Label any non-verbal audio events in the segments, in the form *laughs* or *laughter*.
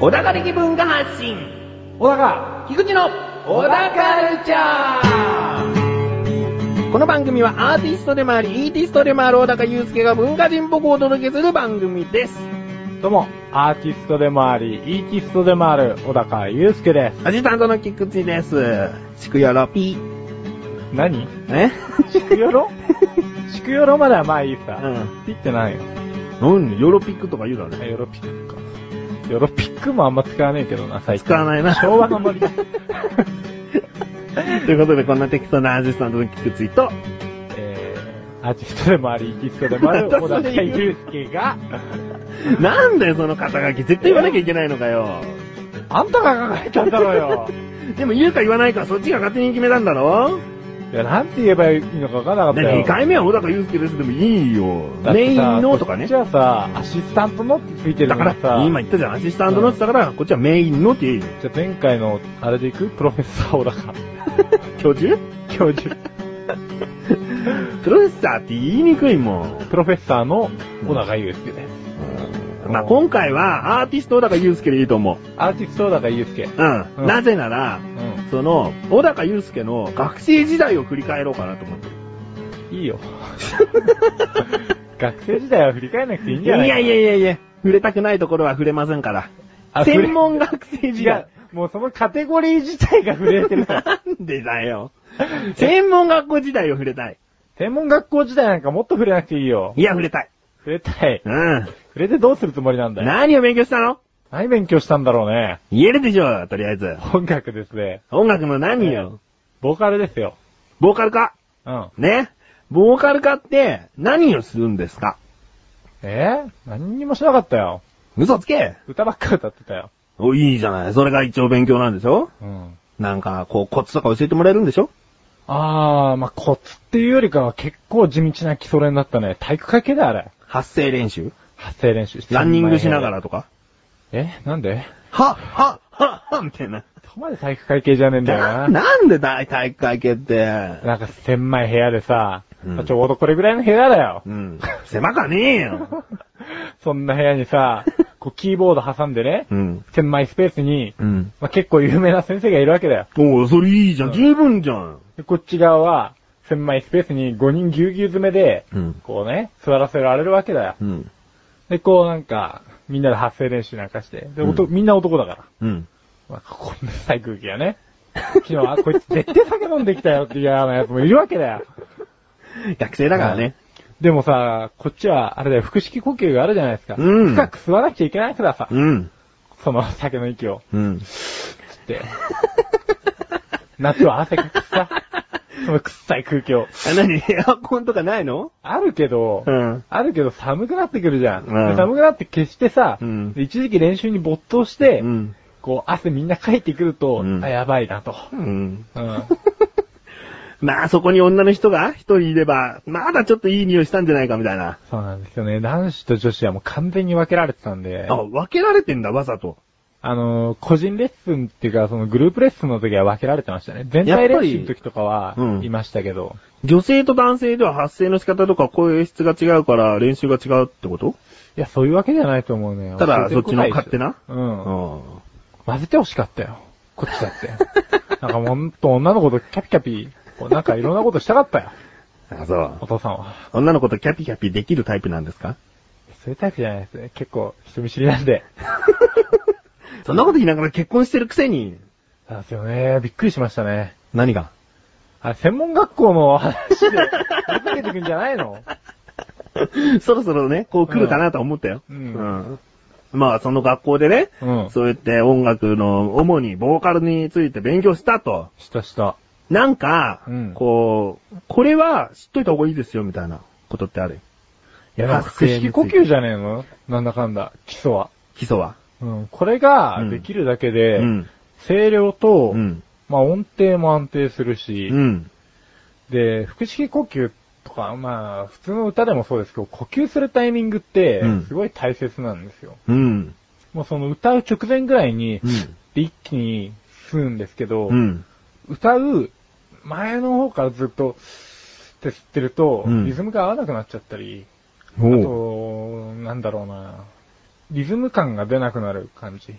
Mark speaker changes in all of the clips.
Speaker 1: 小田軽気文化発信
Speaker 2: 小高
Speaker 1: 菊池の小田カルチャーこの番組はアーティストでもあり、イーティストでもある小高祐介が文化人っぽくお届けする番組です。
Speaker 2: どうも、アーティストでもあり、イーティストでもある、小高祐介で
Speaker 1: アシスタントの菊池です。しくよろぴー。
Speaker 2: す。何
Speaker 1: え
Speaker 2: シク
Speaker 1: *laughs*
Speaker 2: ヨロシクヨロまではまあいいさ。
Speaker 1: う
Speaker 2: ピってないよ。
Speaker 1: ん。うん、ヨロピックとか言うだね。
Speaker 2: ヨロピックか。ヨロピックもあんま使わねえけどな、最近。
Speaker 1: 使わないな。
Speaker 2: 昭和のノリ。 *laughs*
Speaker 1: ということで、こんな適当なアシスタントの菊池と、
Speaker 2: えー、アーティストでもあり、イーティストでもある、小高祐介が、
Speaker 1: なんだよ、その肩書き。絶対言わなきゃいけないのかよ。
Speaker 2: あんたが考えたんだろう
Speaker 1: *laughs*
Speaker 2: よ。
Speaker 1: でも言うか言わないか、そっちが勝手に決めたんだろ
Speaker 2: いや、なんて言えばいいのかわからなかったよ。
Speaker 1: ?2 回目は小高祐介です。でもいいよ。
Speaker 2: だっ
Speaker 1: メ
Speaker 2: て
Speaker 1: イン
Speaker 2: さ
Speaker 1: のとかね
Speaker 2: こっち。はさ、アシスタントのってついてる
Speaker 1: だ
Speaker 2: の
Speaker 1: か
Speaker 2: が
Speaker 1: ら
Speaker 2: さ、、
Speaker 1: 今言ったじゃん、アシスタントのって言ったから、こっちはメインのって言えよ。
Speaker 2: じゃあ前回の、あれでいくプロフェッサー小
Speaker 1: *laughs*
Speaker 2: 高。
Speaker 1: 教授 *laughs*
Speaker 2: 教授。
Speaker 1: プロフェッサーって言いにくいもん。
Speaker 2: プロフェッサーの小高祐介です。
Speaker 1: まあ今回はアーティスト小高祐介でいいと思う。
Speaker 2: アーティスト小高祐介。
Speaker 1: うん。
Speaker 2: うん
Speaker 1: なぜなら、
Speaker 2: う
Speaker 1: その、小高祐介の学生時代を振り返ろうかなと思ってる。
Speaker 2: ん。い
Speaker 1: *laughs*
Speaker 2: いよ。学生時代は振り返らなくていいん
Speaker 1: い
Speaker 2: じゃ
Speaker 1: や
Speaker 2: ない
Speaker 1: いやいやいや、触れたくないところは触れませんから。
Speaker 2: あ触れ
Speaker 1: 専門学生時
Speaker 2: 違う
Speaker 1: 代。。
Speaker 2: もうそのカテゴリー自体が触れてな
Speaker 1: *laughs*
Speaker 2: い。
Speaker 1: なんでだよ。専門学校時代を触れたい。
Speaker 2: 専門学校時代なんかもっと触れなくていいよ。
Speaker 1: いや、触れたい。
Speaker 2: 触れたい。
Speaker 1: うん。
Speaker 2: 触れてどうするつもりなんだよ。
Speaker 1: 何を勉強したの
Speaker 2: 何勉強したんだろうね。
Speaker 1: 言えるでしょ、とりあえず。
Speaker 2: 音楽ですね。
Speaker 1: 音楽の何よ。
Speaker 2: ボーカルですよ。
Speaker 1: ボーカルか
Speaker 2: うん。
Speaker 1: ね。ボーカル化って何をするんですか
Speaker 2: えー何にもしなかったよ。
Speaker 1: 嘘つけ
Speaker 2: 歌ばっか歌ってたよ。
Speaker 1: お、いいじゃない。それが一応勉強なんでしょ
Speaker 2: うん。
Speaker 1: なんか、こう、コツとか教えてもらえるんでしょ
Speaker 2: あー、まあ、コツっていうよりかは結構地道な基礎練だったね。体育会系だ、あれ。
Speaker 1: 発声練習
Speaker 2: 発声練習して。
Speaker 1: ランニングしながら。とか
Speaker 2: えなんで
Speaker 1: はっはっはっはみたいな。
Speaker 2: そこまで体育会系じゃねえんだよ
Speaker 1: な
Speaker 2: な。
Speaker 1: なんで大体育会系って。
Speaker 2: なんか狭い部屋でさ、
Speaker 1: うん
Speaker 2: まあちょうどこれぐらいの部屋だよ。
Speaker 1: うん。狭かねえよ。
Speaker 2: そんな部屋
Speaker 1: *laughs*
Speaker 2: にさ、こうキーボード挟んでね、
Speaker 1: うん。
Speaker 2: 狭いスペースに、
Speaker 1: うん。
Speaker 2: まあ、結構有名な先生がいるわけだよ。
Speaker 1: おうそれいいじゃん。十分じゃん。
Speaker 2: でこっち側は、狭いスペースに5人ぎゅうぎゅう詰めで、
Speaker 1: うん。
Speaker 2: こうね、座らせられるわけだよ。
Speaker 1: うん。
Speaker 2: で、こうなんか、みんなで発声練習なんかして。で、男
Speaker 1: う
Speaker 2: みんな男だから。
Speaker 1: うん。
Speaker 2: まあ、こんな臭い空気がね。昨日、あ、こいつ絶対酒飲んできたよっていうようなやつもいるわけだよ。
Speaker 1: 学生だからね。
Speaker 2: でもさ、こっちは、あれだよ、腹式呼吸があるじゃないですか。
Speaker 1: うん
Speaker 2: 深く吸わなきゃいけないからさ、
Speaker 1: うん。
Speaker 2: その酒の息を、
Speaker 1: うん。
Speaker 2: つって。夏は汗かくしさ、その臭い空気を。
Speaker 1: あ、なに *laughs* エアコンとかないの
Speaker 2: あるけど、
Speaker 1: ん。
Speaker 2: あるけど寒くなってくるじゃん。
Speaker 1: うん
Speaker 2: で寒くなって決してさ、
Speaker 1: うん
Speaker 2: で一時期練習に没頭して、
Speaker 1: うん。
Speaker 2: こう汗みんなかいてくると、
Speaker 1: うん
Speaker 2: あ、やばいな
Speaker 1: *laughs*
Speaker 2: と。
Speaker 1: うん。
Speaker 2: うん。
Speaker 1: まあ、そこに女の人が一人いれば、まだちょっといい匂いしたんじゃないかみたいな。
Speaker 2: そうなんですよね。男子と女子はもう完全に分けられてたんで、
Speaker 1: あ、分けられてんだ、わざと。
Speaker 2: あのー、個人レッスンっていうか、そのグループレッスンの時は分けられてましたね。全体レッスンの時とかは
Speaker 1: やっぱりう、ん
Speaker 2: いましたけど、
Speaker 1: 女性と男性では発声の仕方とか声質が違うから練習が違うってこと
Speaker 2: いや、そういうわけじゃないと思うね。
Speaker 1: ただ
Speaker 2: 教えてくれ
Speaker 1: そ
Speaker 2: い
Speaker 1: っちの勝
Speaker 2: ですようん。
Speaker 1: あ
Speaker 2: 混ぜて欲しかったよ。こっちだって。 *laughs* なんかもうほんと女の子とキャピキャピ、こうなんかいろんなことしたかったよ。
Speaker 1: あ。そう
Speaker 2: お。父さんは。
Speaker 1: 女の子とキャピキャピできるタイプなん *laughs* ですか
Speaker 2: そういうタイプじゃないですね。結構人見知りなんで。
Speaker 1: そんなこと言いながら結婚してるくせに。
Speaker 2: なんですよね。びっくりしましたね。
Speaker 1: 何が
Speaker 2: あ、専門学校の話で、続けてくんじゃないの
Speaker 1: *laughs* そろそろね、こう来るかなと思ったよ。
Speaker 2: うん
Speaker 1: うんまあ、その学校でね、
Speaker 2: うん
Speaker 1: そうやって音楽の主にボーカルについて勉強したと。
Speaker 2: したした。
Speaker 1: なんか、
Speaker 2: うん
Speaker 1: こう、これは知っといた方がいいですよ、みたいなことってある。
Speaker 2: いや、なんか腹式呼吸じゃねえのなんだかんだ、基礎は。
Speaker 1: 基礎は。
Speaker 2: うん。これができるだけで、
Speaker 1: うん。
Speaker 2: 声量と、
Speaker 1: うん。
Speaker 2: まあ音程も安定するし、
Speaker 1: うん。
Speaker 2: で、腹式呼吸とか、まあ、普通の歌でもそうですけど、呼吸するタイミングって
Speaker 1: うん、
Speaker 2: すごい大切なんですよ。
Speaker 1: うん。
Speaker 2: もうその歌う直前ぐらいに、
Speaker 1: うん
Speaker 2: で一気に吸うんですけど、
Speaker 1: うん。
Speaker 2: 歌う前の方からずっと、って知ってると、
Speaker 1: うん
Speaker 2: リズムが合わなくなっちゃったり、あ
Speaker 1: おう
Speaker 2: と、なんだろうな、リズム感が出なくなる感じ。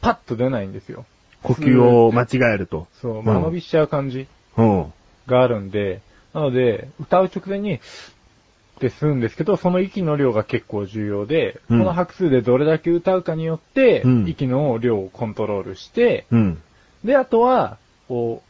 Speaker 2: パッと出ないんですよ。
Speaker 1: 呼吸を間違えると。
Speaker 2: そう、
Speaker 1: ん
Speaker 2: 間延びしちゃう感じ
Speaker 1: うん。
Speaker 2: があるんで、なので、歌う直前に、ってするんですけど、その息の量が結構重要で、
Speaker 1: うん
Speaker 2: この拍数でどれだけ歌うかによって、
Speaker 1: うん
Speaker 2: 息の量をコントロールして、
Speaker 1: うん。
Speaker 2: で、あとは、こ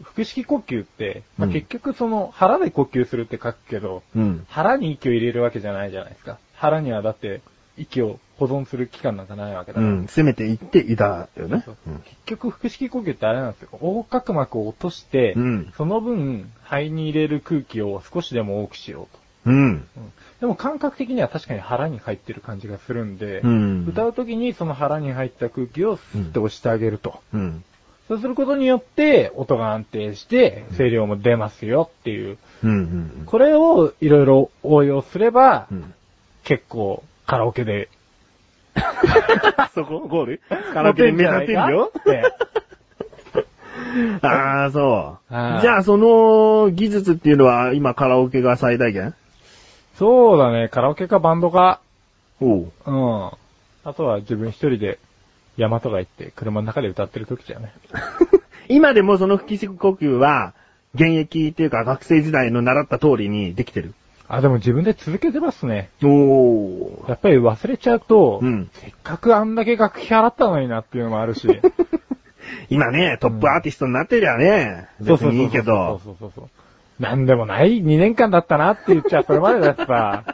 Speaker 2: う、腹式呼吸って、まあ、
Speaker 1: うん
Speaker 2: 結局その腹で呼吸するって書くけど、
Speaker 1: うん。
Speaker 2: 腹に息を入れるわけじゃないじゃないですか。腹にはだって息を保存する期間なんかないわけだ
Speaker 1: う
Speaker 2: から。
Speaker 1: ん。せめて行っていたよね。
Speaker 2: そう
Speaker 1: うん
Speaker 2: 結局腹式呼吸ってあれなんですよ。横隔膜を落として、
Speaker 1: うん
Speaker 2: その分肺に入れる空気を少しでも多くしよう
Speaker 1: うん。
Speaker 2: と。うんでも感覚的には確かに腹に入ってる感じがするんで、
Speaker 1: うん。
Speaker 2: 歌う時にその腹に入った空気をスッと押してあげると。
Speaker 1: うん。
Speaker 2: そうすることによって、音が安定して、声量も出ますよっていう。
Speaker 1: うん。うん。
Speaker 2: これをいろいろ応用すれば
Speaker 1: う、ん。
Speaker 2: 結構カラオケで。
Speaker 1: あ *laughs* そこゴールカラオケで目立てるよ
Speaker 2: 持てんじゃないかって
Speaker 1: ああ、そう。
Speaker 2: はい
Speaker 1: じゃあ、その技術っていうのは、今カラオケが最大限
Speaker 2: *laughs* そうだね、カラオケかバンドか。
Speaker 1: おう。
Speaker 2: うん。あとは自分一人で山とか行って車の中で歌ってる時じゃね。
Speaker 1: *laughs* 今でもその腹式呼吸は、現役っていうか学生時代の習った通りにできてる。
Speaker 2: あ、でも自分で続けてますね。
Speaker 1: おー。
Speaker 2: やっぱり忘れちゃうと、
Speaker 1: うん
Speaker 2: せっかくあんだけ学費払ったのになっていうのもあるし。
Speaker 1: 今ね、トップアーティストになってりゃね、
Speaker 2: そう
Speaker 1: *laughs* 別
Speaker 2: そうそうそう
Speaker 1: にいいけど。
Speaker 2: そうそうそうそう。なんでもない2年間だったなって言っちゃう。それまでだってさ、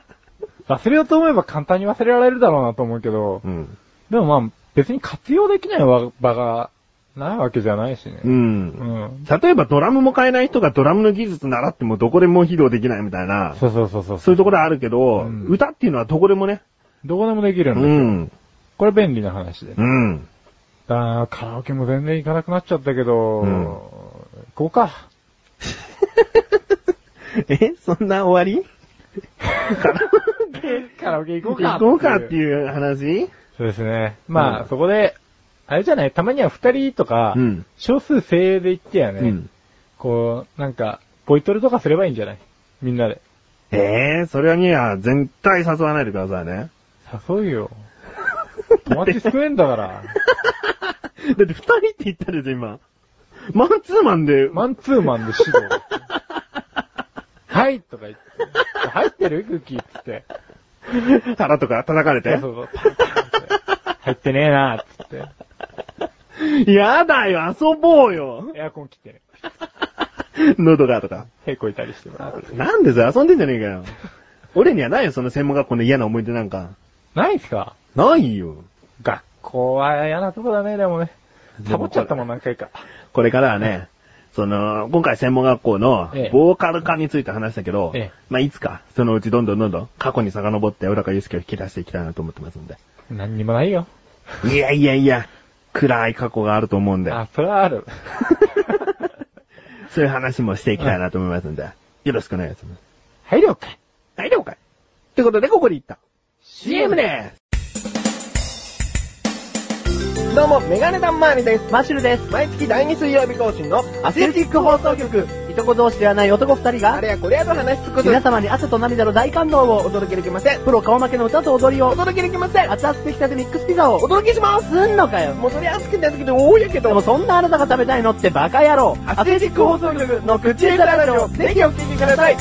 Speaker 2: 忘れようと思えば簡単に忘れられるだろうなと思うけど、
Speaker 1: うん。
Speaker 2: でもまあ、別に活用できないわ場がないわけじゃないしね
Speaker 1: う。。
Speaker 2: うんん。
Speaker 1: 例えばドラムも買えない人がドラムの技術習ってもどこでも披露できないみたいな、
Speaker 2: そうそうそうそう。
Speaker 1: そういうところあるけど、
Speaker 2: うん
Speaker 1: 歌っていうのはどこでもね。
Speaker 2: どこでもできる
Speaker 1: うん
Speaker 2: だ。
Speaker 1: ん。
Speaker 2: これ便利な話でね。
Speaker 1: うん。
Speaker 2: あーカラオケも全然行かなくなっちゃったけど、
Speaker 1: うん
Speaker 2: 行こうか。
Speaker 1: えそんな終わりカラオケ
Speaker 2: *laughs* カラオケ行こうか。
Speaker 1: 行こうかっていう話
Speaker 2: そうですね。まあ、
Speaker 1: うん
Speaker 2: そこで、あれじゃない、たまには二人とか、
Speaker 1: うん
Speaker 2: 少数精鋭で行ってやね、
Speaker 1: うん。
Speaker 2: こう、なんか、ボイトレとかすればいいんじゃないみんなで。
Speaker 1: ええそれには絶対誘わないでください *laughs* ね。
Speaker 2: 誘うよ。友達少ねえん
Speaker 1: *laughs*
Speaker 2: だから。
Speaker 1: だって二人って言ったでしょ、今。マンツーマンで、
Speaker 2: マンツーマンで指導。はいとか言って。入ってる空気っつって。
Speaker 1: 腹とか叩かれ
Speaker 2: そう
Speaker 1: て
Speaker 2: そ。うそう。パンパンって入ってねえなっつって。
Speaker 1: やだよ、遊ぼうよ。
Speaker 2: *laughs* エアコン切ってね。
Speaker 1: 喉がとか。
Speaker 2: へこいたりしてもらう。
Speaker 1: なんでさ、遊んでんじゃねえかよ。俺にはないよ、その専門学校の嫌な思い出なんか。
Speaker 2: ないっすか
Speaker 1: ないよ。
Speaker 2: 学校は嫌なとこだね、でもね。サボっちゃったもん、何回か。
Speaker 1: これからはね、
Speaker 2: *laughs*
Speaker 1: その、今回専門学校の
Speaker 2: ええ、
Speaker 1: ボーカル化について話したけど、
Speaker 2: ええ
Speaker 1: まあいつか、そのうちどんどんどんどん過去に遡って、浦川祐介を引き出していきたいなと思ってますん
Speaker 2: *laughs*
Speaker 1: で。
Speaker 2: 何にもないよ。
Speaker 1: いやいやいや、暗い過去があると思うんで、
Speaker 2: あ、それはあ *laughs* る。
Speaker 1: *laughs* そういう話もしていきたいなと思います
Speaker 2: *laughs*
Speaker 1: んで、よろしくお願いします。
Speaker 2: はい、了解。
Speaker 1: はい、了解。ということで、ここで一旦、CM です
Speaker 3: どうも、メガネタンマーニです。マシュルです。毎月第2水曜日更新のアスレチック放送局。
Speaker 4: いとこ同士ではない男二人
Speaker 3: あ
Speaker 4: が、
Speaker 3: れやこれやと話しつく
Speaker 4: 皆
Speaker 3: と
Speaker 4: 様に汗と涙の大感動
Speaker 3: お
Speaker 4: を、
Speaker 3: 届けできません。
Speaker 4: プロ顔負けの歌と踊り
Speaker 3: お
Speaker 4: を、
Speaker 3: 届けできません。
Speaker 4: 熱々出来たてミックスピザを、
Speaker 3: お届けします。
Speaker 4: すんのかよ。
Speaker 3: もうそれ熱くないけど、多いやけ
Speaker 4: で
Speaker 3: ど
Speaker 4: も。そんなあなたが食べたいのってバカ野郎。
Speaker 3: アスレチック放送局の口枝ラジオ、ぜひお聞きください。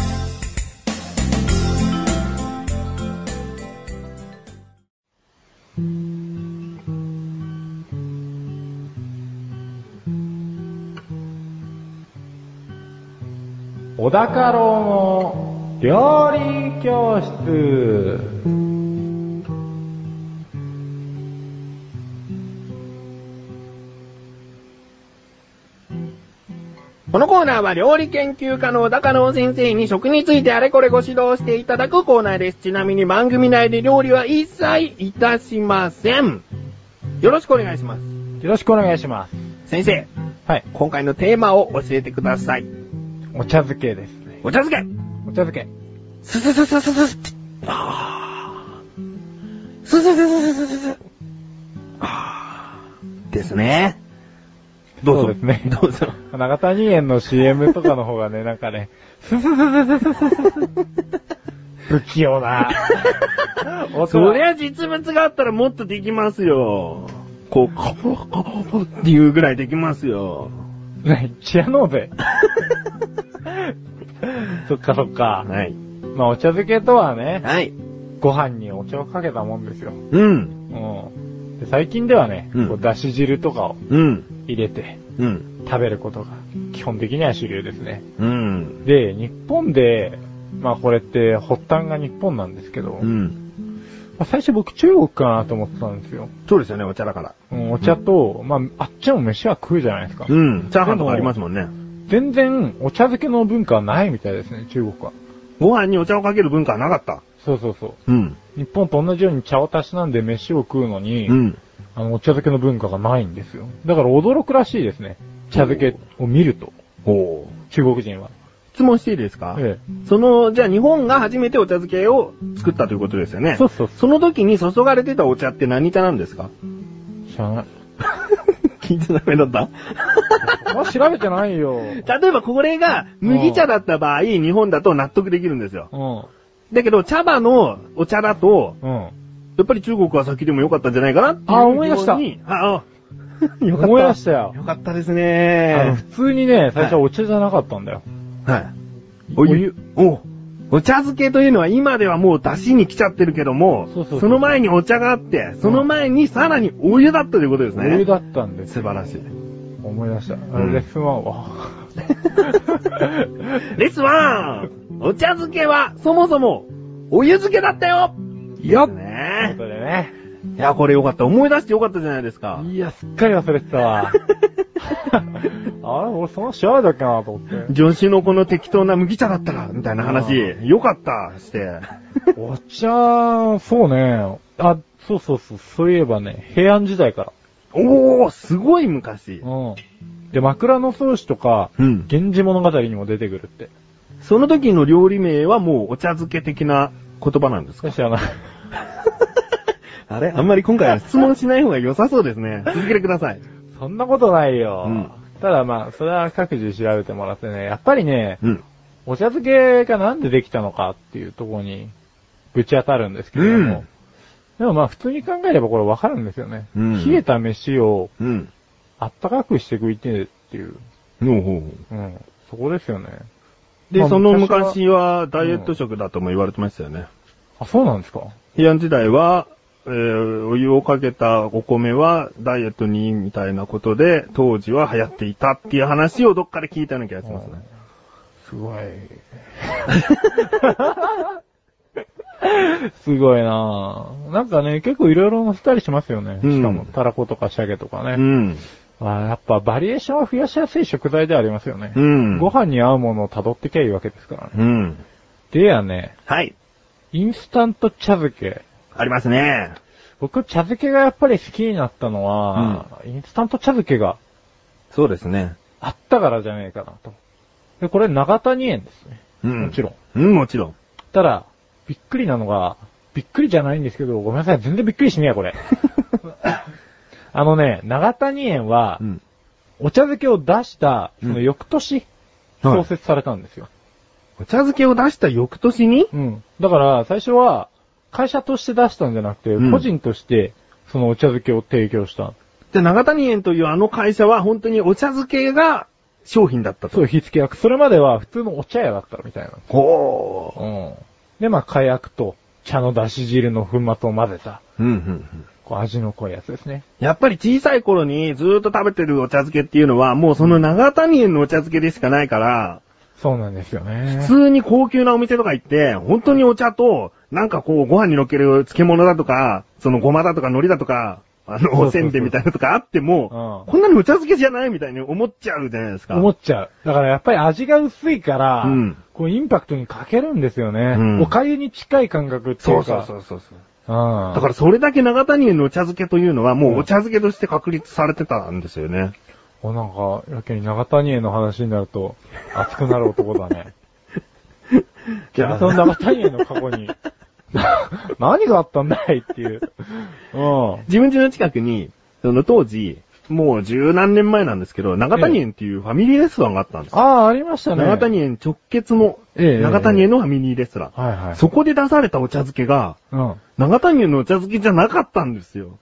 Speaker 2: 小高郎の料理教室。
Speaker 3: このコーナーは料理研究家の小高野先生に食についてあれこれご指導していただくコーナーです。ちなみに番組内で料理は一切いたしません。よろしくお願いします。
Speaker 2: よろしくお願いします。
Speaker 3: 先生、
Speaker 2: はい。
Speaker 3: 今回のテーマを教えてください。
Speaker 2: お茶漬けですね。
Speaker 3: お茶漬け
Speaker 2: お茶漬け。
Speaker 3: すすすすすすあーすすすすすすすあーですね。
Speaker 1: どうぞ。
Speaker 2: そうですね
Speaker 1: どうぞ。
Speaker 2: 長谷園の CM とかの方が
Speaker 1: *laughs*
Speaker 2: ね、なんかね、スススススススス不器
Speaker 1: *laughs*
Speaker 2: 用な。音が
Speaker 1: そりゃ実物があったらもっとできますよ。こう、カポカポっていうぐらいできますよ。
Speaker 2: ね、チアノーゼ。 *laughs* そっかそっか。
Speaker 1: はい。
Speaker 2: まあお茶漬けとはね、
Speaker 1: はい。
Speaker 2: ご飯にお茶をかけたもんですよ。
Speaker 1: うん。
Speaker 2: うん。で最近ではね、
Speaker 1: うん
Speaker 2: こうだし汁とかを
Speaker 1: うん。
Speaker 2: 入れて
Speaker 1: うん。
Speaker 2: 食べることが基本的には主流ですね。
Speaker 1: うん。
Speaker 2: で、日本で、まあこれって発端が日本なんですけど、
Speaker 1: う
Speaker 2: ま
Speaker 1: ん。
Speaker 2: あ最初僕中国かなと思ってたんですよ。
Speaker 1: そうですよね、お茶だから。
Speaker 2: うん、お茶と、まああっちも飯は食うじゃないですか。
Speaker 1: うん。チャーハンとかありますもんね。
Speaker 2: 全然お茶漬けの文化はないみたいですね、中国は。
Speaker 1: ご飯にお茶をかける文化はなかった。
Speaker 2: そうそうそう。
Speaker 1: うん。
Speaker 2: 日本と同じように茶をたしなんで飯を食うのに、
Speaker 1: うん。
Speaker 2: あの、お茶漬けの文化がないんですよ。だから驚くらしいですね。茶漬けを見ると、
Speaker 1: お
Speaker 2: 中国人は。
Speaker 1: 質問していいですか
Speaker 2: え
Speaker 1: その、じゃあ日本が初めてお茶漬けを作ったということですよ
Speaker 2: え
Speaker 1: ね。
Speaker 2: そうそうそ
Speaker 1: その時に注がれてたお茶って何茶なんです
Speaker 2: *laughs*
Speaker 1: か
Speaker 2: う。知らない。
Speaker 1: 聞いてダメだ *laughs* った
Speaker 2: まあ、調べてないよ。
Speaker 1: *laughs* 例えばこれが麦茶だった場合、日本だと納得できるんですよ。
Speaker 2: *laughs* うん。
Speaker 1: だけど茶葉のお茶だと、
Speaker 2: うん。
Speaker 1: やっぱり中国は先でも良かったんじゃないかなっていう
Speaker 2: あ思い出した
Speaker 1: ようにあ、あよかった。
Speaker 2: 思い出した *laughs* よ。
Speaker 1: よかったです
Speaker 2: あの、普
Speaker 1: ね。
Speaker 2: 通にね、最初はお茶じゃなかったんだよ。
Speaker 1: はい。お湯。おお茶漬けというのは今ではもう出汁に来ちゃってるけども、
Speaker 2: そうそうそう
Speaker 1: の前にお茶があって、その前にさらにお湯だったということです
Speaker 2: お
Speaker 1: ね。
Speaker 2: 湯だったんです
Speaker 1: 素
Speaker 2: よ。
Speaker 1: 晴らしい。
Speaker 2: 思い出した。あれレッスンワン *laughs* は。
Speaker 1: レッスンワンお茶漬けはそもそもお湯漬けだったよよっ
Speaker 2: という
Speaker 1: ね
Speaker 2: ことでね。
Speaker 1: いや、これよかった。思い出してよかったじゃないですか。
Speaker 2: いや、すっかり忘れてたわ。 *laughs* あれ、俺その調べたっけなと思って。
Speaker 1: 女子のこの適当な麦茶だったら、みたいな話、よかった、して。
Speaker 2: お茶、そうね。あ、そうそうそう、そういえばね、平安時代から。
Speaker 1: おー、すごい昔。
Speaker 2: うん。で、枕草子とか、
Speaker 1: うん
Speaker 2: 源氏物語にも出てくるって。
Speaker 1: その時の料理名はもうお茶漬け的な言葉なんですか
Speaker 2: 知らない。
Speaker 1: *laughs*
Speaker 2: *laughs*
Speaker 1: あれあんまり今回は質問しない方が良さそうですね。続けてください。
Speaker 2: そんなことないよ。
Speaker 1: うん
Speaker 2: ただまあ、それは各自調べてもらってね、やっぱりね、
Speaker 1: うん。
Speaker 2: お茶漬けがなんでできたのかっていうところに、ぶち当たるんですけれど
Speaker 1: う
Speaker 2: も。
Speaker 1: ん
Speaker 2: でもまあ、普通に考えればこれわかるんですよね。
Speaker 1: うん
Speaker 2: 冷えた飯を
Speaker 1: うん。
Speaker 2: あったかくして食いてっていう。
Speaker 1: ほうほうほ
Speaker 2: うん。そこですよね。
Speaker 1: うで、
Speaker 2: まあ
Speaker 1: その
Speaker 2: 昔
Speaker 1: 昔はダイエット食だとも言われてましたよね。
Speaker 2: あ、そうなんですか
Speaker 1: 平安時代は、えー、お湯をかけたお米はダイエットにいいみたいなことで、当時は流行っていたっていう話をどっかで聞いたような気がしますね。
Speaker 2: すごい。 *laughs* すごいなぁ。なんかね、結構いろいろ載せたりしますよね。
Speaker 1: うん
Speaker 2: しかも、たらことか鮭とか
Speaker 1: う
Speaker 2: ね。
Speaker 1: ん。
Speaker 2: あーやっぱバリエーションを増やしやすい食材ではありますよね。
Speaker 1: うん。
Speaker 2: ご飯に合うものを辿ってきゃいいわけですからね。
Speaker 1: うん。
Speaker 2: でやね、
Speaker 1: はい。
Speaker 2: インスタント茶漬け。
Speaker 1: ありますね。
Speaker 2: 僕、茶漬けがやっぱり好きになったのは、インスタント茶漬けが
Speaker 1: そうですね。
Speaker 2: あったからじゃねえかなと。で、これ長谷園ですね。
Speaker 1: うん。
Speaker 2: もちろん。
Speaker 1: うん、もちろん。
Speaker 2: ただ、びっくりなのが、びっくりじゃないんですけど、ごめんなさい、全然びっくりしねえや、
Speaker 1: *laughs*
Speaker 2: これ。あのね、長谷園は、
Speaker 1: ん。
Speaker 2: お茶漬けを出した、その翌年、
Speaker 1: はい
Speaker 2: 創設されたんですよ。
Speaker 1: お茶漬けを出した翌年に
Speaker 2: うん。だから、最初は、会社として出したんじゃなくて、
Speaker 1: うん
Speaker 2: 個人として、そのお茶漬けを提供した。
Speaker 1: で、長谷園というあの会社は本当にお茶漬けが商品だったと。
Speaker 2: そう、火付け役。それまでは普通のお茶屋だったみたいな。
Speaker 1: ほ
Speaker 2: うん。で、まあ、火薬と茶の出し汁の粉末を混ぜた、
Speaker 1: う。うん、うん、うん。
Speaker 2: こう味の濃いやつですね。
Speaker 1: やっぱり小さい頃にずーっと食べてるお茶漬けっていうのは、もうその長谷園のお茶漬けでしかないから、
Speaker 2: そうなんですよね。
Speaker 1: 普通に高級なお店とか行って、本当にお茶と、なんかこう、ご飯に乗っける漬物だとか、そのごまだとか海苔だとか、あ
Speaker 2: そうそう
Speaker 1: の、おせんべいみたいなのとかあっても、
Speaker 2: うん
Speaker 1: こんなのお茶漬けじゃないみたいに思っちゃうじゃないですか。
Speaker 2: 思っちゃう。だからやっぱり味が薄いから、
Speaker 1: うん
Speaker 2: こうインパクトに欠けるんですよね。
Speaker 1: うん
Speaker 2: お粥に近い感覚ってい
Speaker 1: そうう
Speaker 2: か。
Speaker 1: そうそうそうそう。
Speaker 2: うん。
Speaker 1: だからそれだけ長谷園のお茶漬けというのはもうお茶漬けとして確立されてたんですよね。
Speaker 2: おなんか、やけに長谷園の話になる
Speaker 1: *laughs*
Speaker 2: と、熱くなる男だね。
Speaker 1: い
Speaker 2: その長谷園の過去
Speaker 1: *laughs*
Speaker 2: に、な何があったんだいっていう。うん。
Speaker 1: 自分家の近くに、その当時、もう十何年前なんですけど、長谷園っていうファミリーレストランがあったんですよ。
Speaker 2: ああ、ありましたね。
Speaker 1: 長谷園直結の、
Speaker 2: ええ
Speaker 1: 長谷園のファミリーレストラン。
Speaker 2: はいはい。
Speaker 1: そこで出されたお茶漬けが、
Speaker 2: うん。
Speaker 1: 長谷園のお茶漬けじゃなかったんですよ。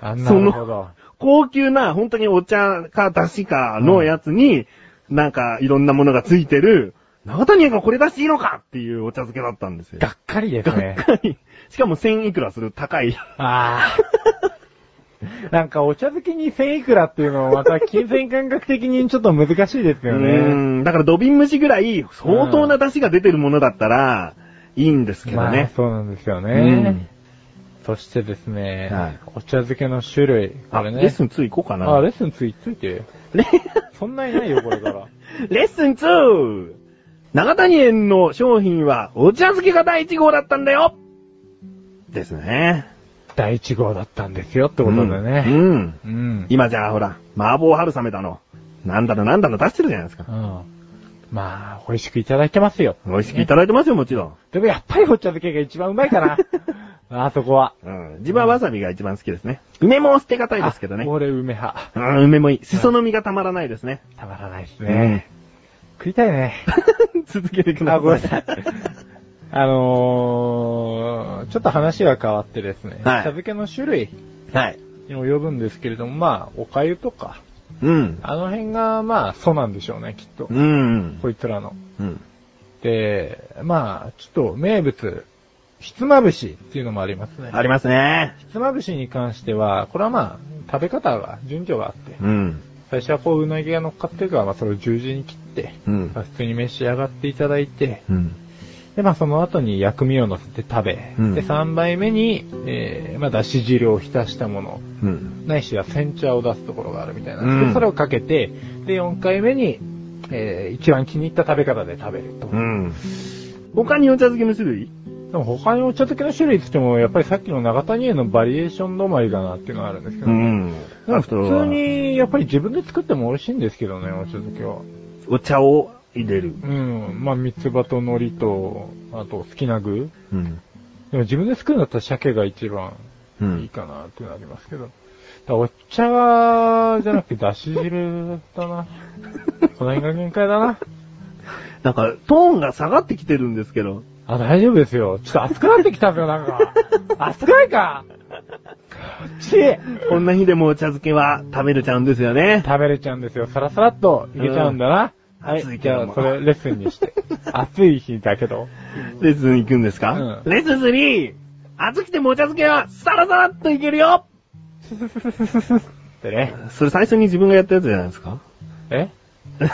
Speaker 2: あ、
Speaker 1: そ
Speaker 2: な
Speaker 1: の
Speaker 2: るほど。
Speaker 1: 高級な、本当にお茶か出汁かのやつに、なんかいろんなものがついてる、長谷園がこれ出していいのかっていうお茶漬けだったんですよ。
Speaker 2: がっかりですね。
Speaker 1: はい *laughs* しかも1000いくらする高い。
Speaker 2: ああ。なんかお茶漬けに1000いくらっていうのはまた金銭感覚的にちょっと難しいですよ
Speaker 1: う
Speaker 2: ね。
Speaker 1: んだから土瓶蒸しぐらい相当な出汁が出てるものだったら、いいんですけど
Speaker 2: まあ
Speaker 1: ね。
Speaker 2: そうなんですよね。
Speaker 1: うん
Speaker 2: そしてですね、
Speaker 1: はい
Speaker 2: お茶漬けの種類、こ
Speaker 1: あ、
Speaker 2: れね。
Speaker 1: レッスン2行こうか
Speaker 2: あ、
Speaker 1: な。
Speaker 2: レッスンついついてるよ。
Speaker 1: *laughs* レ
Speaker 2: そんなにないよ、これ
Speaker 1: *laughs*
Speaker 2: から。
Speaker 1: レッスン 2! 長谷園の商品はお茶漬けが第1号だったんだよですね。
Speaker 2: 第1号だったんですよってことでね。
Speaker 1: うんうん。
Speaker 2: うん。うん。
Speaker 1: 今じゃあほら、麻婆春雨だの。なんだのなんだの出してるじゃないですか。
Speaker 2: まあ、美味しくいただいてますよ。
Speaker 1: 美味しくいただいてますよ、もちろん。
Speaker 2: でもやっぱりお茶漬けが一番うまい
Speaker 1: *laughs*
Speaker 2: かな。あそこは。
Speaker 1: うん。自分はわさびが一番好きですね。梅も捨てがたいですけどね
Speaker 2: あ。俺梅派。
Speaker 1: うん、梅もいい。しその実がたまらないですね。
Speaker 2: たまらないですね。食いたいね。
Speaker 1: *laughs* 続けてください。
Speaker 2: *laughs* あ、ごめんなさい。あのー、ちょっと話は変わってです
Speaker 1: は
Speaker 2: ね。
Speaker 1: い
Speaker 2: 茶漬けの種類
Speaker 1: はい。
Speaker 2: にも呼ぶんですけれども、まあ、お粥とか、
Speaker 1: うん。
Speaker 2: あの辺が、まあ、そうなんでしょうね、きっと。
Speaker 1: うん。
Speaker 2: こいつらの。
Speaker 1: うん。
Speaker 2: で、まあ、ちょっと名物、ひつまぶしっていうのもありますね。
Speaker 1: ありますね。
Speaker 2: ひつまぶしに関しては、これはまあ、食べ方が、順序があって、
Speaker 1: うん。
Speaker 2: 最初はこう、うなぎが乗っかってるから、まあ、それを十字に切って、
Speaker 1: うん
Speaker 2: まあ普通に召し上がっていただいて、
Speaker 1: うん。
Speaker 2: で、まあ、その後に薬味を乗せて食べ、
Speaker 1: うん
Speaker 2: で、3杯目に、えー、まあ、だし汁を浸したもの、
Speaker 1: うん。
Speaker 2: ないしは煎茶を出すところがあるみたいなんですけど、
Speaker 1: うん
Speaker 2: それをかけて、で、4回目に、えー、一番気に入った食べ方で食べると。
Speaker 1: うん。他にお茶漬けの種類
Speaker 2: でも他にお茶漬けの種類って言っても、やっぱりさっきの長谷園のバリエーション止まりだなっていうのはあるんですけど、
Speaker 1: ん。
Speaker 2: でも
Speaker 1: あ
Speaker 2: 普
Speaker 1: とは
Speaker 2: 通に、やっぱり自分で作っても美味しいんですけどね、お茶漬けは。
Speaker 1: お茶を入れる。
Speaker 2: うん。まあ、三つ葉と海苔と、あと、好きな具。
Speaker 1: うん。
Speaker 2: でも自分で作るんだったら鮭が一番
Speaker 1: う
Speaker 2: いい。かなっていうのありますけど。だからお茶は、じゃなくて、だし汁
Speaker 1: *laughs*
Speaker 2: だな。この辺が限界だな。
Speaker 1: なんか、トーンが下がってきてるんですけど。
Speaker 2: あ、大丈夫ですよ。ちょっと熱くなってきたんだよ、なんか。熱くないかちい
Speaker 1: こんな日でもお茶漬けは食べれちゃうんですよね。
Speaker 2: 食べれちゃうんですよ。サラサラっといけちゃうんだな。
Speaker 1: うん
Speaker 2: は
Speaker 1: 暑い
Speaker 2: い。
Speaker 1: け
Speaker 2: じ
Speaker 1: ど
Speaker 2: ゃ
Speaker 1: も
Speaker 2: あ、それレッスンにして。暑い日だ
Speaker 1: *laughs*
Speaker 2: けど。
Speaker 1: レッスン行くんですか、
Speaker 2: うん
Speaker 1: レッスン 3! 暑くてもお茶漬けはサラサラっといけるよ
Speaker 2: でね。
Speaker 1: それ最初に自分がやったやつじゃないですか
Speaker 2: え
Speaker 1: *laughs*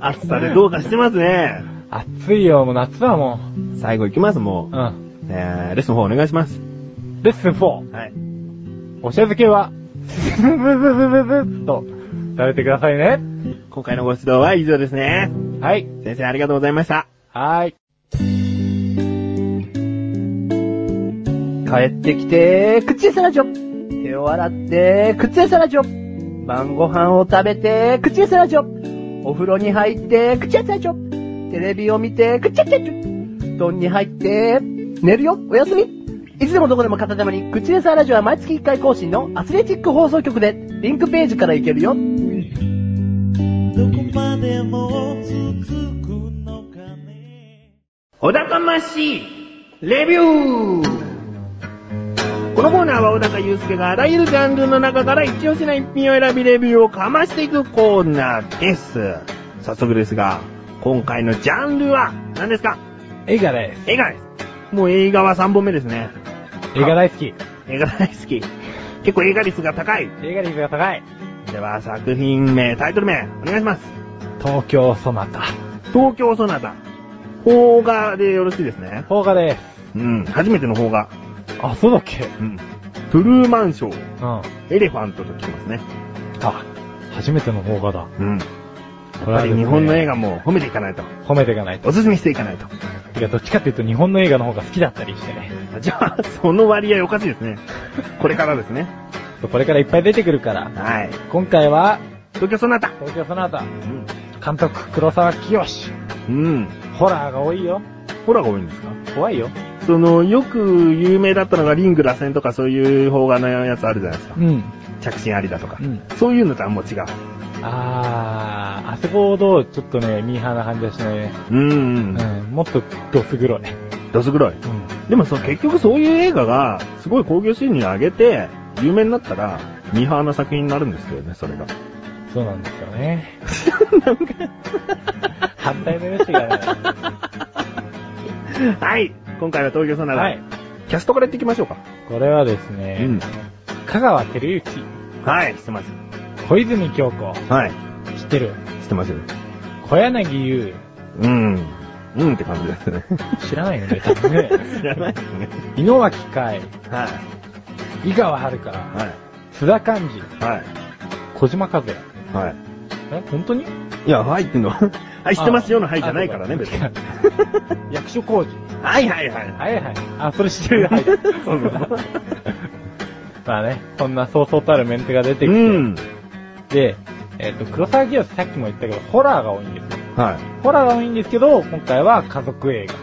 Speaker 1: 暑さでどうかしてますね。
Speaker 2: 暑いよ、もう夏だもん。
Speaker 1: 最後行きます、も
Speaker 2: う
Speaker 1: う。
Speaker 2: ん。
Speaker 1: えー、レッスン4お願いします。
Speaker 2: レッスン 4!
Speaker 1: はい。
Speaker 2: お茶漬けは、ブブブブブブっと食べてくださいね。
Speaker 1: 今回のご指導は以上ですね。
Speaker 2: はい。
Speaker 1: 先生ありがとうございました。
Speaker 2: はーい。
Speaker 4: 帰ってきて、口エサラジオ。手を洗って、口エサラジオ。晩ご飯を食べて、口エサラジオ。お風呂に入って、口エサラジオ。テレビを見て、口エサラジオ。布団に入って、寝るよ、おやすみ。いつでもどこでも片手間に、口エサラジオは毎月1回更新のアスレチック放送局で、リンクページから行けるよ。
Speaker 5: どこまでも続くのかね
Speaker 3: おだかましいレビューこのコーナーは小高祐介があらゆるジャンルの中から一押しな一品を選びレビューをかましていくコーナーです。
Speaker 1: 早速ですが、今回のジャンルは何ですか
Speaker 2: 映画です。
Speaker 1: 映画です。もう映画は3本目ですね。
Speaker 2: 映画大好き。
Speaker 1: 映画大好き。結構映画率が高い。
Speaker 2: 映画率が高い。
Speaker 1: では作品名、タイトル名、お願いします。
Speaker 2: 東京ソナタ。
Speaker 1: 東京ソナタ。邦画でよろしいですね。
Speaker 2: 邦画です。
Speaker 1: うん、初めての邦画。
Speaker 2: あ、そうだっけ
Speaker 1: うん。トゥルーマンショー、
Speaker 2: うん。あ、
Speaker 1: エレファントと聞きますね。
Speaker 2: 初めての邦画だ。
Speaker 1: うん。
Speaker 2: こ
Speaker 1: やっぱり日本の映
Speaker 2: 画。
Speaker 1: 画も褒めていかないと。
Speaker 2: 褒めていかないと。
Speaker 1: おすすめしていかないと。
Speaker 2: てか、どっちかっていうと日本の映画の方が好きだったりしてね。
Speaker 1: じゃあ、その割合おかしいですね。これからですね。
Speaker 2: そうこれからいっぱい出てくるから。
Speaker 1: はい。
Speaker 2: 今回は、
Speaker 1: 東京ソナタ。
Speaker 2: 東京ソナタ、
Speaker 1: うん。
Speaker 2: 監督黒沢清。
Speaker 1: うん。
Speaker 2: ホラーが多いよ。
Speaker 1: ホラーが多いんですか
Speaker 2: 怖いよ。
Speaker 1: その、よく有名だったのがリング螺旋とかそういう方がのやつあるじゃないですか。
Speaker 2: うん。
Speaker 1: 着信ありだとか、
Speaker 2: うん
Speaker 1: そういうのとはもう違う。
Speaker 2: あー、あそこほど、ちょっとね、ミーハーな感じはしないね。
Speaker 1: うん、うん。
Speaker 2: うん、もっとドス黒い。
Speaker 1: どす黒い。
Speaker 2: うん。
Speaker 1: でもその結局そういう映画が、すごい興行収入上げて、有名になったら、ミーハーな作品になるんですよね、そ *laughs* れが。
Speaker 2: そうなんですよね。
Speaker 1: *laughs*
Speaker 2: なんか、反対の余地がね。
Speaker 1: *laughs* はい今回は東京さんなら、
Speaker 2: はい。
Speaker 1: キャストから行っていきましょうか。
Speaker 2: これはですね、
Speaker 1: うん。
Speaker 2: 香川照之、
Speaker 1: はい、してます。
Speaker 2: 小泉京子、
Speaker 1: はい、
Speaker 2: 知ってる、
Speaker 1: してますよ。
Speaker 2: 小柳優、
Speaker 1: うん。うんって感じですね。
Speaker 2: 知らないよね、多
Speaker 1: *laughs*
Speaker 2: 分ね。
Speaker 1: 知らないですね。
Speaker 2: 井之脇海、
Speaker 1: はい。
Speaker 2: 井川遥、
Speaker 1: はい。
Speaker 2: 津田寛治、
Speaker 1: はい。
Speaker 2: 小島和也。
Speaker 1: はい。
Speaker 2: え、本当に
Speaker 1: いや、はいっていうの *laughs* は、はい、してますよのはいじゃないからね、
Speaker 2: あ
Speaker 1: 別に。 *laughs*
Speaker 2: あ
Speaker 1: は
Speaker 2: 役所工事。
Speaker 1: いはいはい。
Speaker 2: はいはい。あ、それ知ってる。はい。
Speaker 1: そうそうそう *laughs*
Speaker 2: まあね、そんなそうそうたるメンツが出てきて、
Speaker 1: うん。
Speaker 2: で、えっ、と、黒沢清さっきも言ったけど、ホラーが多いんですよ。
Speaker 1: はい。
Speaker 2: ホラーが多いんですけど、今回は家族映画。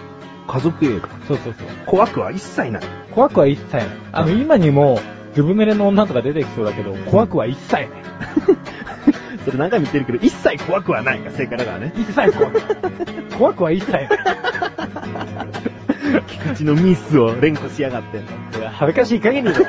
Speaker 1: 家族映画。
Speaker 2: そうそうそう。
Speaker 1: 怖くは一切ない。 *laughs*
Speaker 2: 怖くは一切ない。あの、今にも、ずぶ濡れの女とか出てきそうだけど、怖くは一切ない。
Speaker 1: それ何回も言ってるけど、一切怖くはないが正解だからね。
Speaker 2: 一切怖くない。怖くは一切ない。
Speaker 1: *laughs* 菊池のミスを連呼しやがって。
Speaker 2: いや恥ずかしい限りだよ。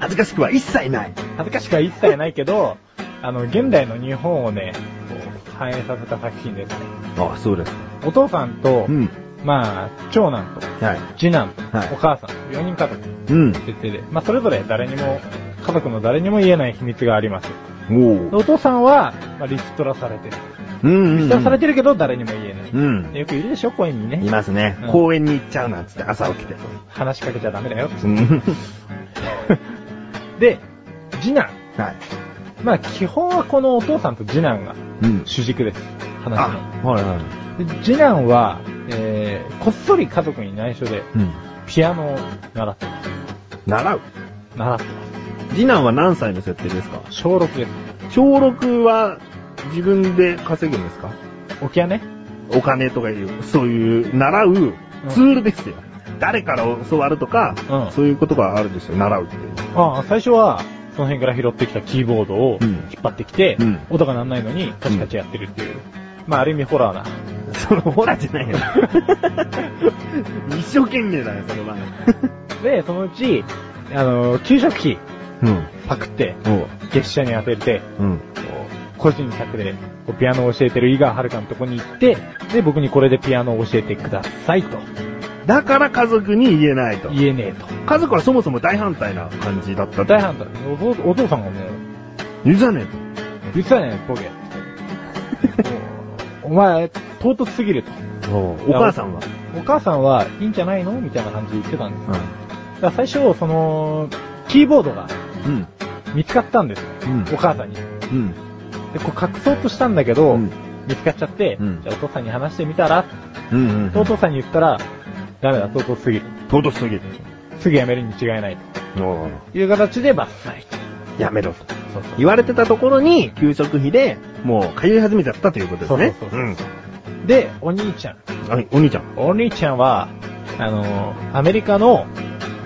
Speaker 1: 恥ずかしくは一切ない。
Speaker 2: 恥ずかしくは一切ないけど、あの、現代の日本をね、こう反映させた作品ですね。
Speaker 1: ああ、そうです。
Speaker 2: お父さんと、
Speaker 1: うん。
Speaker 2: まあ、長男と、
Speaker 1: はい。
Speaker 2: 次男と、
Speaker 1: はい
Speaker 2: お母さん、4人家族
Speaker 1: うん。
Speaker 2: 設定で、まあ、それぞれ誰にも、家族の誰にも言えない秘密があります。で
Speaker 1: おう。
Speaker 2: お父さんは、まあ、リストラされてる。
Speaker 1: うん
Speaker 2: リ
Speaker 1: うん
Speaker 2: ストラされてるけど、誰にも言えない。
Speaker 1: うん。
Speaker 2: よくいるでしょ、公園に
Speaker 1: い
Speaker 2: ね。
Speaker 1: ますね
Speaker 2: う。ん
Speaker 1: 公園に行っちゃうなんつって朝起きて。
Speaker 2: 話しかけちゃダメだよ。
Speaker 1: うん。
Speaker 2: で、次男。
Speaker 1: はい。
Speaker 2: まあ、基本はこのお父さんと次男が
Speaker 1: うん。
Speaker 2: 主軸です。話の。
Speaker 1: あ、はいはい。
Speaker 2: で次男は、えー、こっそり家族に内緒で、
Speaker 1: うん。
Speaker 2: ピアノを習ってます。
Speaker 1: 習う。
Speaker 2: 習ってま
Speaker 1: 次男は何歳の設定ですか
Speaker 2: す。小6です。
Speaker 1: 小6は自分で稼ぐんですか
Speaker 2: おきやね。
Speaker 1: お金とかいう、そういう、習うツールですよ。誰から教わるとか、
Speaker 2: うん
Speaker 1: そういうことがあるんですよ、習うっていうのは。
Speaker 2: ああ、最初は、その辺から拾ってきたキーボードを
Speaker 1: うん
Speaker 2: 引っ張ってきて、
Speaker 1: うん
Speaker 2: 音が鳴らないのにカチカチやってるっていう。まあ、ある意味ホラーな。
Speaker 1: その、ほらじゃない *laughs* よ。一生懸命だよ、それは。
Speaker 2: で、そのうち、あの、給食費
Speaker 1: うん。
Speaker 2: パクって、
Speaker 1: おう。
Speaker 2: 月謝に当てて、
Speaker 1: うん。
Speaker 2: こう個人宅でこうピアノを教えてる井川遥のとこに行って、で、僕にこれでピアノを教えてくださいと。
Speaker 1: だから家族に言えないと。
Speaker 2: 言えねえと。
Speaker 1: 家族はそもそも大反対な感じだった。
Speaker 2: 大反対。お父お父さんがもう、
Speaker 1: 言うじゃねえと。
Speaker 2: うるさいね、ボ
Speaker 1: *laughs*
Speaker 2: ケ。お前、唐突すぎると。
Speaker 1: お母さんは。
Speaker 2: お母さんは、いいんじゃないのみたいな感じで言ってたんですよ。
Speaker 1: う
Speaker 2: だから最初、その、キーボードが
Speaker 1: ん。うん。
Speaker 2: 見つかったんですよ。
Speaker 1: うん
Speaker 2: お母さんに。で、
Speaker 1: うん。
Speaker 2: こう隠そうとしたんだけど、
Speaker 1: うん
Speaker 2: 見つかっちゃって、
Speaker 1: うん
Speaker 2: じゃあお父さんに話してみたら、
Speaker 1: うんうんうん。
Speaker 2: お父さんに言ったら、ダメだ、唐突すぎる。
Speaker 1: 唐突すぎる。
Speaker 2: すぐやめるに違いない
Speaker 1: おう
Speaker 2: という形で伐採と。
Speaker 1: やめろと。
Speaker 2: そうそう。
Speaker 1: 言われてたところに、給食費で、もう通い始めちゃったということですね。
Speaker 2: そうそうそうで、お兄ちゃん。
Speaker 1: うん。はい、お兄ちゃん。
Speaker 2: お兄ちゃんは、あのーアメリカの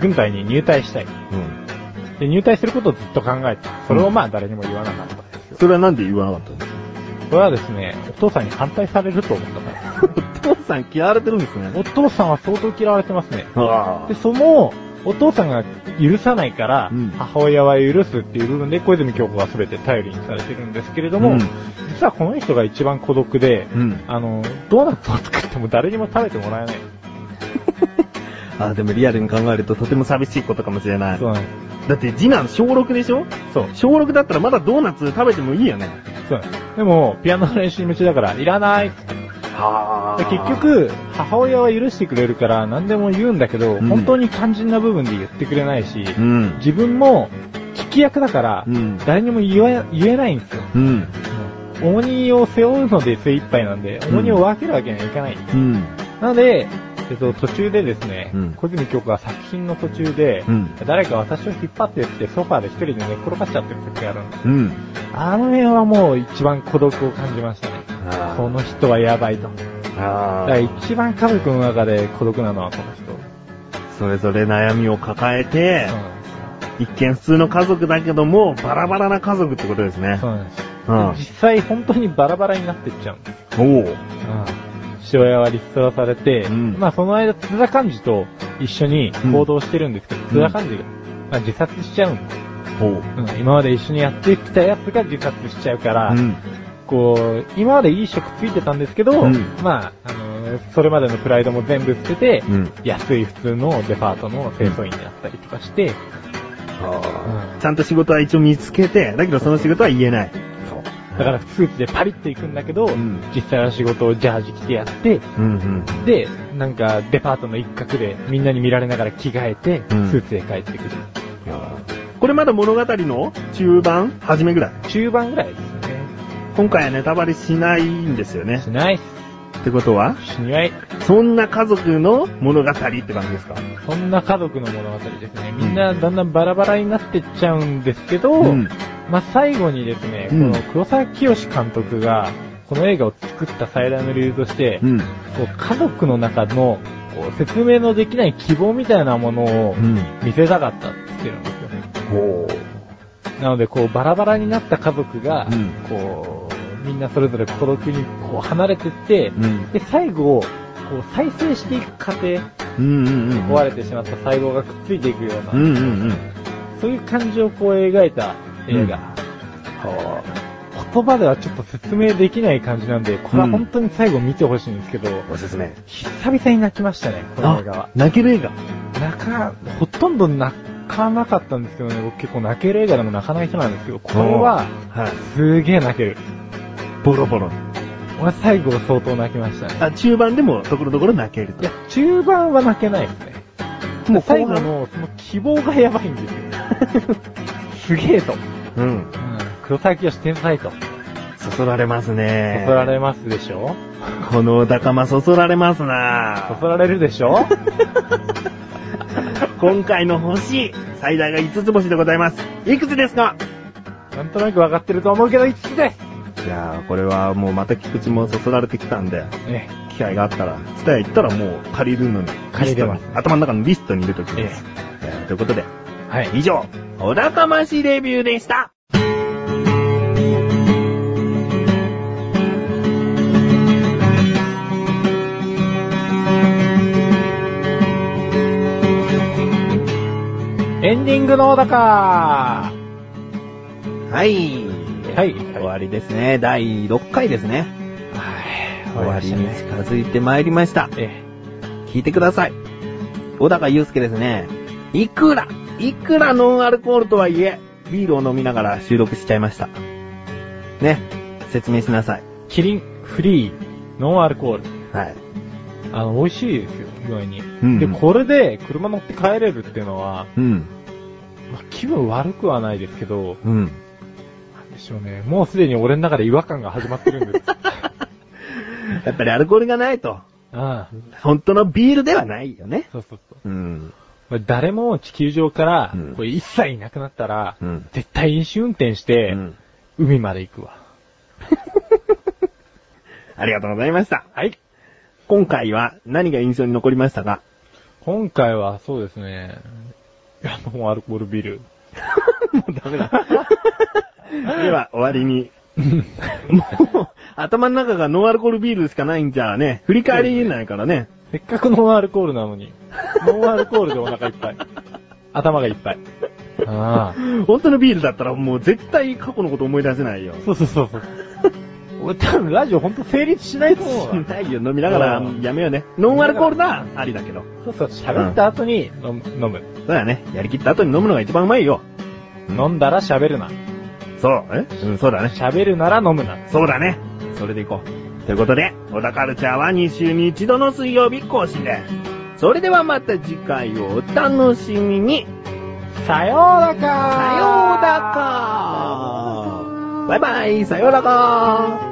Speaker 2: 軍隊に入隊したい。
Speaker 1: うん。
Speaker 2: で、入隊することをずっと考えてた、それをまあ誰にも言わなかったですよ。
Speaker 1: それはなんで言わなかったんです
Speaker 2: これはですね、お父さんに反対されると思ったから。
Speaker 1: かお父さん嫌われてるんですね。
Speaker 2: お父さんは相当嫌われてますね。
Speaker 1: あ
Speaker 2: で、その、お父さんが許さないから
Speaker 1: うん、
Speaker 2: 母親は許すっていう部分で小泉京子が全て頼りにされてるんですけれども、
Speaker 1: うん
Speaker 2: 実はこの人が一番孤独で、
Speaker 1: うん
Speaker 2: あの、ドーナツを作っても誰にも食べてもらえない。
Speaker 1: あ。あでもリアルに考えるととても寂しいことかもしれない。
Speaker 2: そうなんで
Speaker 1: だって次男小6でしょ
Speaker 2: す。そう。
Speaker 1: 小6だったらまだドーナツ食べてもいいよね。
Speaker 2: そうなんです。でも、ピアノの練習に夢中だから、いらないっつって。
Speaker 1: は
Speaker 2: で結、局、母親は許してくれるから何でも言うんだけど、
Speaker 1: うん
Speaker 2: 本当に肝心な部分で言ってくれないし、
Speaker 1: うん。
Speaker 2: 自分も聞き役だから、
Speaker 1: うん
Speaker 2: 誰にも言え言えないんですよ。
Speaker 1: うん。
Speaker 2: 重荷を背負うので精一杯なんで、
Speaker 1: ん
Speaker 2: 重荷を分けるわけにはいかない。
Speaker 1: うん。
Speaker 2: なので、えっと、途中でですね、
Speaker 1: うん
Speaker 2: 小泉京子が作品の途中で、
Speaker 1: うん
Speaker 2: 誰か私を引っ張ってってソファーで一人で寝転がっちゃってる時があるんです。
Speaker 1: うん。
Speaker 2: あの辺はもう一番孤独を感じましたね。
Speaker 1: あ
Speaker 2: この人はやばいと。だ
Speaker 1: あ
Speaker 2: から一番家族の中で孤独なのはこの人。
Speaker 1: それぞれ悩みを抱えて、一見普通の家族だけども、バラバラな家族ってことですね
Speaker 2: そ。うなんです。
Speaker 1: うん。
Speaker 2: 実際本当にバラバラになってっちゃうんです。
Speaker 1: おう。
Speaker 2: 父親はリストラされて、
Speaker 1: うん
Speaker 2: まあその間津田寛治と一緒に行動してるんですけど、津田寛治が、まあ、自殺しちゃうんです、
Speaker 1: おう。
Speaker 2: うん今まで一緒にやってきたやつが自殺しちゃうから、
Speaker 1: うん。
Speaker 2: こう、今までいい職ついてたんですけど、
Speaker 1: うん
Speaker 2: まあ、あのーそれまでのプライドも全部捨てて、
Speaker 1: うん
Speaker 2: 安い普通のデパートの清掃員になったりとかして、
Speaker 1: あーちゃんと仕事は一応見つけて、だけどその仕事は言えない。
Speaker 2: そう。だからスーツでパリッと行くんだけど、
Speaker 1: ん
Speaker 2: 実際の仕事をジャージ着てやって、
Speaker 1: うんうん。
Speaker 2: で、なんかデパートの一角でみんなに見られながら着替えて、
Speaker 1: うん
Speaker 2: スーツで帰ってくる。
Speaker 1: これまだ物語の中盤初めぐらい。
Speaker 2: 中盤ぐらいですね。
Speaker 1: 今回はネタバレしないんですよね
Speaker 2: し。ないっ
Speaker 1: ってことは、
Speaker 2: す。しない。
Speaker 1: そんな家族の物語って感じですか
Speaker 2: そんな家族の物語ですね。みんなだんだんバラバラになってっちゃうんですけど、
Speaker 1: うん
Speaker 2: まあ、最後にですね、
Speaker 1: うん
Speaker 2: この黒沢清監督が、この映画を作った最大の理由として、
Speaker 1: ん。
Speaker 2: こう家族の中のこう説明のできない希望みたいなものを
Speaker 1: うん。
Speaker 2: 見せたかったって言ってるんですよね。
Speaker 1: おー。
Speaker 2: なので、こう、バラバラになった家族が、
Speaker 1: うん
Speaker 2: こう、みんなそれぞれ孤独にこう離れてって、
Speaker 1: うん。
Speaker 2: で、最後、こう、再生していく過程、
Speaker 1: うんうんうん。
Speaker 2: 壊れてしまった細胞がくっついていくような、
Speaker 1: うんうんうん。
Speaker 2: そういう感情をこう描いた映画。こう言葉ではちょっと説明できない感じなんで、これは本当に最後見てほしいんですけど、
Speaker 1: おすすめ。
Speaker 2: 久々に泣きましたね、この映画は。
Speaker 1: 泣ける映画。
Speaker 2: 泣か、ほとんど泣かなかったんですけどね、僕結構泣ける映画でも泣かない人なんですけど、これは、
Speaker 1: はい。
Speaker 2: すげえ泣ける。
Speaker 1: ボロボロ。
Speaker 2: 俺最後相当泣きましたね。
Speaker 1: あ、中盤でもところどころ泣ける
Speaker 2: *laughs* いや、中盤は泣けないですね。
Speaker 1: と。もう
Speaker 2: 最
Speaker 1: 後
Speaker 2: 後
Speaker 1: 半。
Speaker 2: の、その希望がやばいんですよ。 *laughs* すげえと。
Speaker 1: うん。
Speaker 2: うん。黒沢清天才と。
Speaker 1: そそられますね。
Speaker 2: そそられますでしょ
Speaker 1: このお高まそそられます
Speaker 2: そ
Speaker 1: な
Speaker 2: そられるでし *laughs* ょ
Speaker 1: 今回の星、最大が5つ星でございます。いくつですか
Speaker 2: なんとなく分かってると思うけど、5つです。
Speaker 1: いやー、これはもうまた菊池もそそられてきたんで、
Speaker 2: え
Speaker 1: 機会があったら、ツタヤ行ったらもう借りるのに。
Speaker 2: 借りれます
Speaker 1: リストに頭の中のリストに入れとき
Speaker 2: え、え
Speaker 1: ます。えーということで、
Speaker 2: え、はい。
Speaker 1: 以上、お高ましレビューでした。
Speaker 2: エンディングのだか
Speaker 4: はい。
Speaker 2: はい。
Speaker 4: 終わりですね。第6回ですね。
Speaker 2: はい。
Speaker 4: 終わりに
Speaker 2: ね。
Speaker 4: 近づいてまいりました。
Speaker 2: え
Speaker 4: 聞いてください。小高祐介ですね。
Speaker 1: いくら、いくらノンアルコールとはいえ、ビールを飲みながら収録しちゃいました。
Speaker 4: ね。説明しなさい。
Speaker 2: え、キリンフリー、ノンアルコール。
Speaker 4: はい。
Speaker 2: あの、美味しいですよ、意外に。
Speaker 1: ん
Speaker 2: で、これで車乗って帰れるっていうのは、
Speaker 1: うん。
Speaker 2: まあ、気分悪くはないですけど、
Speaker 1: うん。
Speaker 2: なんでしょうね。もうすでに俺の中で違和感が始まってる
Speaker 1: *laughs*
Speaker 2: んです。
Speaker 1: やっぱりアルコールがないと、
Speaker 2: ああ、
Speaker 1: 本当のビールではないよね。
Speaker 2: そうそうそう。
Speaker 1: うん。
Speaker 2: まあ誰も地球上から
Speaker 1: うん、
Speaker 2: これ一切いなくなったら、
Speaker 1: うん
Speaker 2: 絶対飲酒運転して、
Speaker 1: うん
Speaker 2: 海まで行くわ。
Speaker 1: ありがとうございました。
Speaker 2: はい。
Speaker 1: 今回は何が印象に残りましたか
Speaker 2: 今回はそうですね、いや、もうアルコールビール。
Speaker 1: もうダメだ。 *laughs* では、終わりに。もう、頭の中がノンアルコールビールしかないんじゃね、振り返りないからね。
Speaker 2: せっかくノンアルコールな
Speaker 1: *laughs*
Speaker 2: のに、ノンアルコールでお腹いっぱい。頭がいっ
Speaker 1: *laughs*
Speaker 2: ぱい。ああ。
Speaker 1: 本当のビールだったらもう絶対過去のこと思い出せないよ。
Speaker 2: そうそうそう
Speaker 1: *laughs*
Speaker 2: そう。俺多分ラジオほんと成立しないと思うわ。
Speaker 1: ないよ、飲みながらやめようね。ノンアルコールなありだけど。
Speaker 2: そうそう、喋った後に飲む。飲む
Speaker 1: そうだね。やりきった後に飲むのが一番うまいよ。
Speaker 2: 飲んだら喋るな。
Speaker 1: そう、えうん、そうだね。
Speaker 2: 喋るなら飲むな。
Speaker 1: そうだね。それでいこう。ということで、小田カルチャーは2週に1度の水曜日更新です。それではまた次回をお楽しみに。
Speaker 2: さようなら
Speaker 1: さよう
Speaker 2: か
Speaker 1: だかバイバイ、さようだか